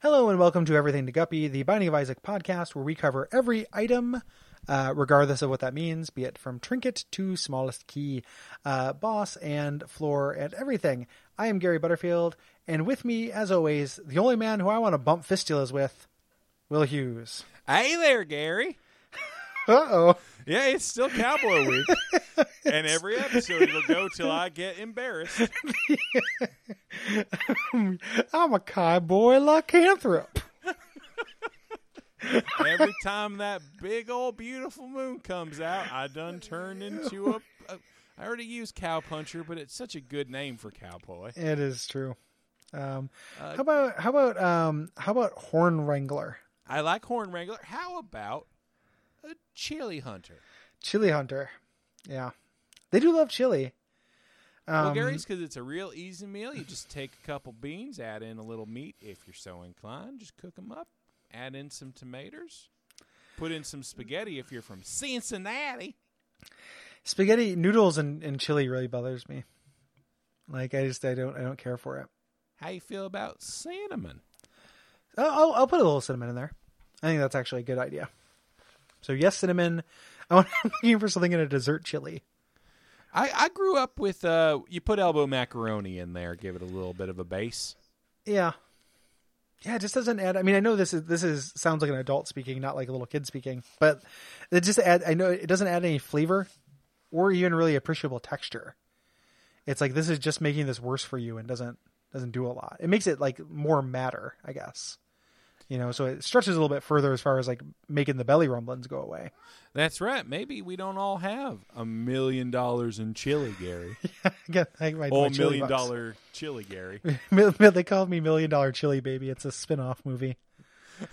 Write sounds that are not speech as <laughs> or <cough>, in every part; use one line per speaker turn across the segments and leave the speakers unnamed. Hello and welcome to Everything to Guppy, the Binding of Isaac podcast, where we cover every item, uh, regardless of what that means, be it from trinket to smallest key, uh, boss and floor and everything. I am Gary Butterfield, and with me, as always, the only man who I want to bump fistulas with, Will Hughes.
Hey there, Gary.
Uh oh.
Yeah, it's still Cowboy Week, and every episode it'll go till I get embarrassed.
I'm a cowboy lycanthrope.
Every time that big old beautiful moon comes out, I done turn into a. a I already used cowpuncher, but it's such a good name for cowboy.
It is true. Um, how about how about um, how about horn wrangler,
I like horn wrangler. How about a chili hunter?
chili hunter? Yeah, they do love chili. Um,
well, Gary's because it's a real easy meal. You just take a couple beans, add in a little meat if you're so inclined. Just cook them up. Add in some tomatoes. Put in some spaghetti if you're from Cincinnati.
spaghetti noodles and, and chili really bothers me like i just i don't i don't care for it
How you feel about cinnamon?
oh i'll, I'll put a little cinnamon in there i think that's actually a good idea so yes cinnamon <laughs> i want i'm looking for something in a dessert chili
I, I grew up with uh, you put elbow macaroni in there, give it a little bit of a base.
yeah yeah it just doesn't add i mean i know this is this is sounds like an adult speaking not like a little kid speaking but it just add i know it doesn't add any flavor or even really appreciable texture it's like this is just making this worse for you and doesn't doesn't do a lot it makes it like more matter i guess you know so it stretches a little bit further as far as like making the belly rumblings go away <laughs>
That's right. Maybe we don't all have a million dollars in chili, Gary.
again I think my,
Oh,
my
million
chili
million
bucks. <laughs>
dollar chili, Gary.
they called me million dollar chili baby it's a spin-off movie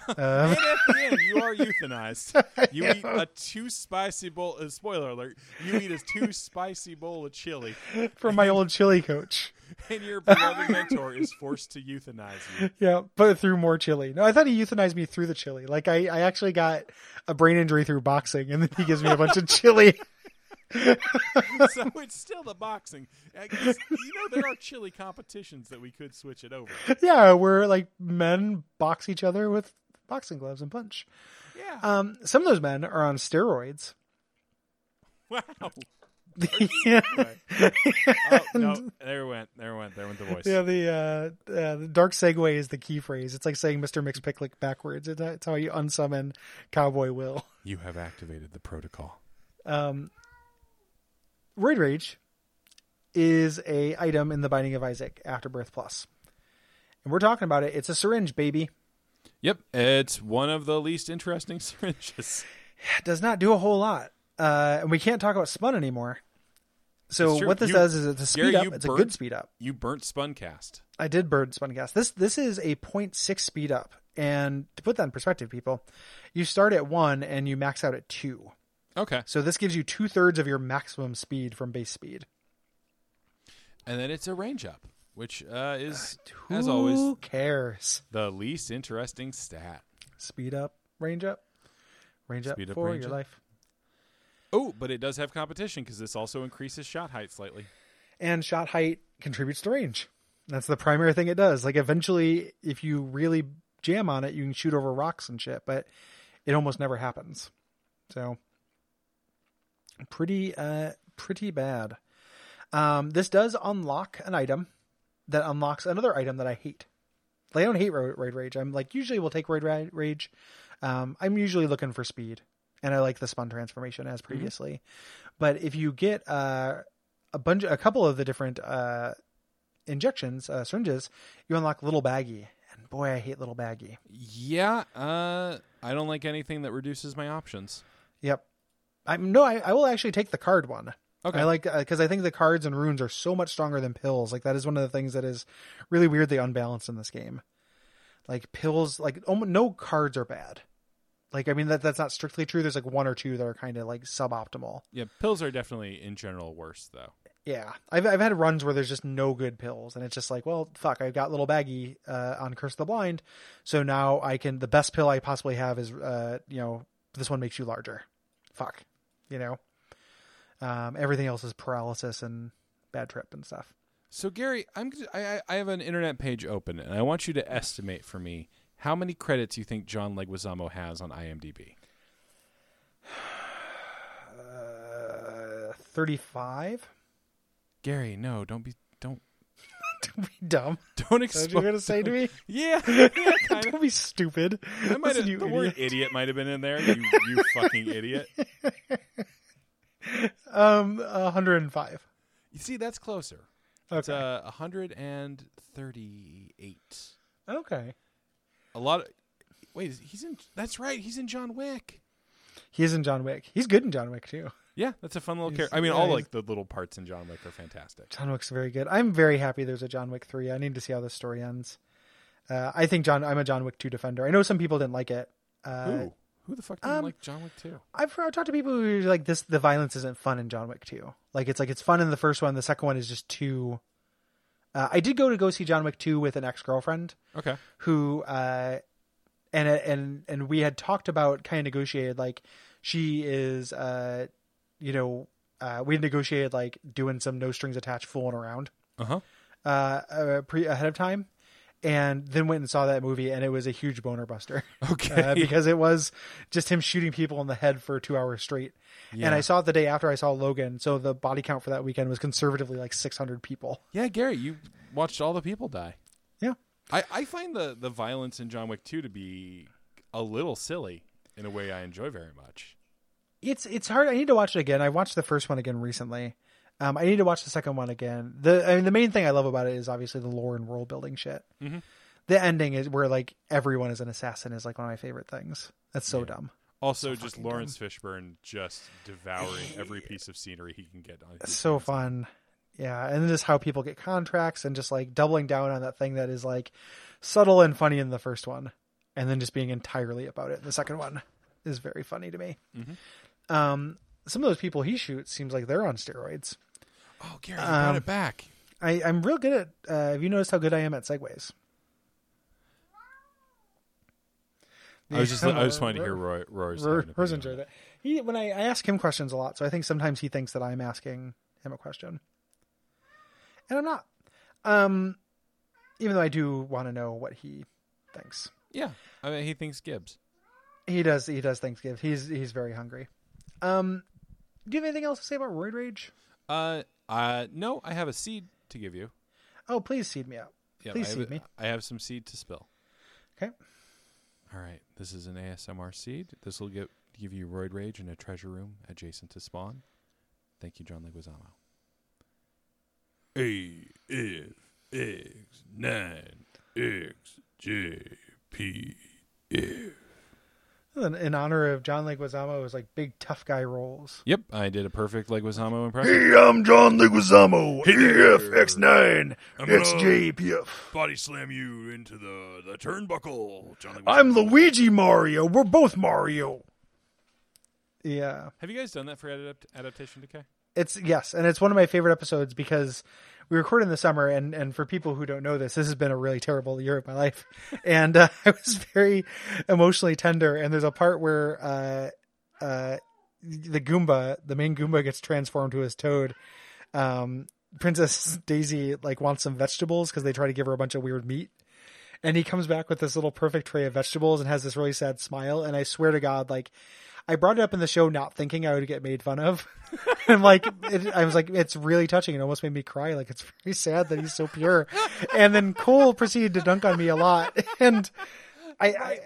uh,
and at the end, you are euthanized. You eat a too spicy bowl. Uh, spoiler alert: you eat a too spicy bowl of chili,
<laughs> from my old chili coach
and your beloved mentor is forced to euthanize you. <laughs>
Yeah, but through more chili. No, I thought he euthanized me through the chili. Like I, I actually got a brain injury through boxing, and then he gives me a bunch of chili.
So it's still the boxing. I guess, you know there are chili competitions that we could switch it over.
Yeah, where like men box each other with boxing gloves and punch.
Yeah.
Um, some of those men are on steroids. <laughs>
wow.
yeah,
Oh, no, there went, there went, there went the voice.
yeah. The uh, uh, the dark segue is the key phrase. It's like saying Mister Mixpicklick backwards. It's, it's how you unsummon Cowboy Will.
You have activated the protocol.
um, roid rage is a item in the binding of isaac afterbirth plus and we're talking about it it's a syringe baby
Yep, it's one of the least interesting <laughs> syringes.
it does not do a whole lot uh, and we can't talk about spun anymore so
It's true.
what this
You-
does is it's a speed
Gary,
up
you
it's a
burnt-
good speed up
You burnt Spuncast.
I did bird spun gas. This this is a 0.6 speed up. And to put that in perspective, people, you start at one and you max out at two.
Okay,
So this gives you two thirds of your maximum speed from base speed.
and then it's a range up, which uh, is, as always,
Who cares?
the least interesting stat.
speed up, range up, range up
Speed up,
for
range
your
up.
life.
Oh, but it does have competition because this also increases shot height slightly.
And shot height contributes to range. That's the primary thing it does. Like eventually, if you really jam on it, you can shoot over rocks and shit, but it almost never happens. So pretty, uh, pretty bad. Um, this does unlock an item that unlocks another item that I hate. Like, I don't hate Ra- Raid Rage. I'm like, usually we'll take Raid Ra- Rage. Um, I'm usually looking for speed, and I like the spun transformation as previously. But if you get uh, a bunch, a couple of the different uh, injections, uh, syringes, you unlock Little Baggy. And boy, I hate Little Baggy.
Yeah, uh, I don't like anything that reduces my options.
Yep. I'm no, I, I will actually take the card one.
Okay.
I like because I think the cards and runes are so much stronger than pills. Like that is one of the things that is really weirdly unbalanced in this game. Like pills, like almo- no cards are bad. Like I mean that that's not strictly true. There's like one or two that are kind of like suboptimal.
Yeah, pills are definitely in general worse though.
Yeah, I've I've had runs where there's just no good pills, and it's just like, well, fuck, I've got little baggy uh, on Curse of the Blind, so now I can the best pill I possibly have is uh you know this one makes you larger, fuck, you know, um everything else is paralysis and bad trip and stuff.
So Gary, I'm I I- I have an internet page open and I want you to estimate for me How many credits do you think John Leguizamo has on IMDb?
Uh, 35?
Gary, no, don't be, don't, <laughs>
Don't <laughs> be dumb.
don't
That's
expose.
what you're going to say to me?
<laughs> Yeah, yeah, kind
<laughs>
of.
Don't be stupid.
That might
Listen,
have, the
you
word
idiot.
idiot might have been in there. You, <laughs> you fucking idiot.
Um, 105.
You see, that's closer. It's
Okay.
uh, 138.
okay.
A lot of. Wait, is- he's in. That's right. He's in John Wick.
He is in John Wick. He's good in John Wick, too.
Yeah, that's a fun little
He's-
character. I mean,
yeah,
all
he's-
like the little parts in John Wick are fantastic.
John Wick's very good. I'm very happy there's a John Wick 3. I need to see how this story ends. Uh, I think John. I'm a John Wick 2 defender. I know some people didn't like it. Uh,
Who? Who the fuck didn't
um,
like John Wick too?
I've, I've talked to people who are like this. The violence isn't fun in John Wick 2. Like it's like it's fun in the first one. The second one is just too. Uh, I did go to go see John Wick 2 with an ex girlfriend
Okay.
who uh and and and we had talked about kind of negotiated like she is uh you know uh we had negotiated like doing some no strings attached fooling around
Uh huh.
uh, uh pre ahead of time and then went and saw that movie and it was a huge boner buster
<laughs> Okay.
uh, because it was just him shooting people in the head for two hours straight
Yeah.
and i saw it the day after i saw logan so the body count for that weekend was conservatively like 600 people
yeah, Gary, you watched all the people die.
yeah
I, I find the the violence in John Wick two to be a little silly in a way I enjoy very much.
it's it's hard. I need to watch it again. I watched the first one again recently. Um, I need to watch the second one again. The I mean, the main thing I love about it is obviously the lore and world building shit.
Mhm.
The ending is where like everyone is an assassin is like one of my favorite things. That's so dumb.
Also, just
fucking dumb.
Lawrence Fishburne just devouring every piece of scenery he can get on. his
so
hands on.
fun. Yeah, and just how people get contracts and just like doubling down on that thing that is like subtle and funny in the first one, and then just being entirely about it in the second one is very funny to me.
Mhm.
Um, some of those people he shoots seems like they're on steroids.
Oh, Gary, you brought
Um,
it back.
I, I'm real good at. Uh, have you noticed how good I am at segues?
I was just
Yeah,
I just
Ro-
wanted to hear
Ro-
Roy, Roy's
Ro-
opinion
Rose
on
enjoyed
it.
it. He when I, I ask him questions a lot, so I think sometimes he thinks that I'm asking him a question, and I'm not. Um, even though I do want to know what he thinks.
Yeah, I mean, he thinks Gibbs.
He does. He does things give. He's he's very hungry. Um, do you have anything else to say about roid rage?
Uh, uh, no, I have a seed to give you.
Oh, please seed me up.
Yeah,
Please
I have,
seed me.
I have some seed to spill.
Okay.
All right, this is an ASMR seed. This will give give you roid rage in a treasure room adjacent to spawn. Thank you, John Leguizamo.
A F X nine X J P F.
In, in honor of John Leguizamo, it was like big tough guy roles.
Yep, I did a perfect Leguizamo impression.
Hey, I'm John Leguizamo. AFX nine
XJPF.
<laughs> Body slam you into the the turnbuckle, John Leguizamo.
I'm Luigi Mario. We're both Mario. Yeah.
have you guys done that for adapt- adaptation decay?
It's yes, and it's one of my favorite episodes because we recorded in the summer and and for people who don't know this, this has been a really terrible year of my life. <laughs> And uh, I was very emotionally tender and there's a part where uh uh the Goomba, the main Goomba gets transformed to his toad. Um Princess Daisy like wants some vegetables because they try to give her a bunch of weird meat. And he comes back with this little perfect tray of vegetables and has this really sad smile. And I swear to God, like I brought it up in the show not thinking I would get made fun of. <laughs> and like it, I was like, it's really touching. It almost made me cry. Like it's very sad that he's so pure. And then Cole proceeded to dunk on me a lot. <laughs> And I, I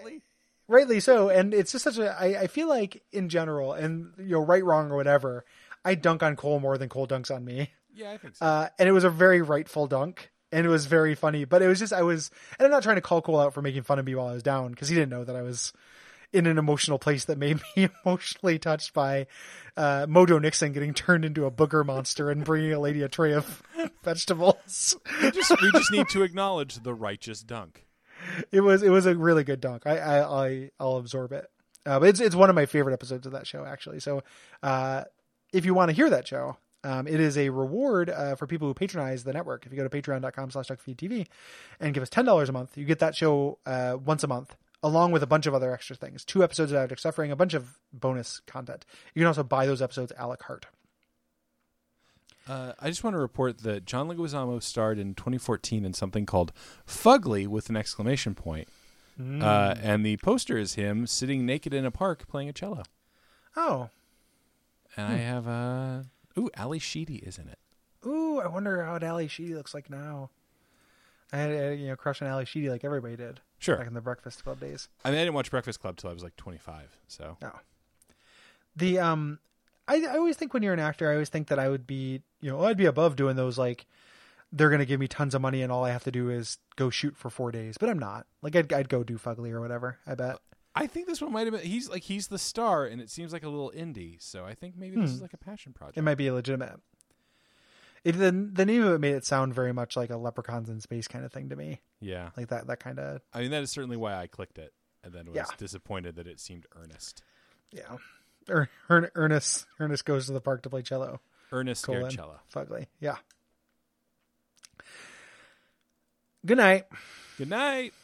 rightly so. And it's just such a I, I feel like in general, and you know, right, wrong, or whatever, I dunk on Cole more than Cole dunks on me.
Yeah, I think so.
Uh, and it was a very rightful dunk. And it was very funny, but it was just I was, and I'm not trying to call Cole out for making fun of me while I was down because he didn't know that I was in an emotional place that made <laughs> me emotionally touched by uh, Mojo Nixon getting turned into a booger monster and bringing a lady a tray of <laughs> vegetables.
we, just, we just need to acknowledge the righteous dunk.
It was it was a really good dunk. I I, I I'll absorb it. Uh, but it's it's one of my favorite episodes of that show actually. So uh, if you want to hear that show, um, it is a reward uh, for people who patronize the network. If you go to patreon.com slash duckfeedtv and give us $10 a month, you get that show uh, once a month along with a bunch of other extra things. Two episodes of Abject Suffering, a bunch of bonus content. You can also buy those episodes a la carte.
Uh, I just want to report that John Leguizamo starred in 2014 in something called Fugly with an exclamation point. Uh, and the poster is him sitting naked in a park playing a cello.
Oh,
And I have a uh, ooh, Ali Sheedy is in it.
ooh, I wonder how Ali Sheedy looks like now. I had a you know crush on Ali Sheedy like everybody did
Sure.
back in the Breakfast Club days.
I mean, I didn't watch Breakfast Club till I was like 25. So
No. The um I I always think when you're an actor, I always think that I would be, you know, I'd be above doing those like they're going to give me tons of money and all I have to do is go shoot for 4 days, but I'm not. Like I'd I'd go do Fugly or whatever, I bet.
I think this one might have been. He's like he's the star, and it seems like a little indie. So I think maybe this is like a passion project.
It might be legitimate. It, the the name of it made it sound very much like a leprechauns in space kind of thing to me,
yeah,
like that that kind of
I mean that is certainly why I clicked it, and then was
Yeah.
disappointed that it seemed earnest.
yeah. Er, Ern- Ernest Ernest goes to the park to play cello.
Ernest
Colon.
Scarcella.
Fugly, yeah. Good night.
Good night.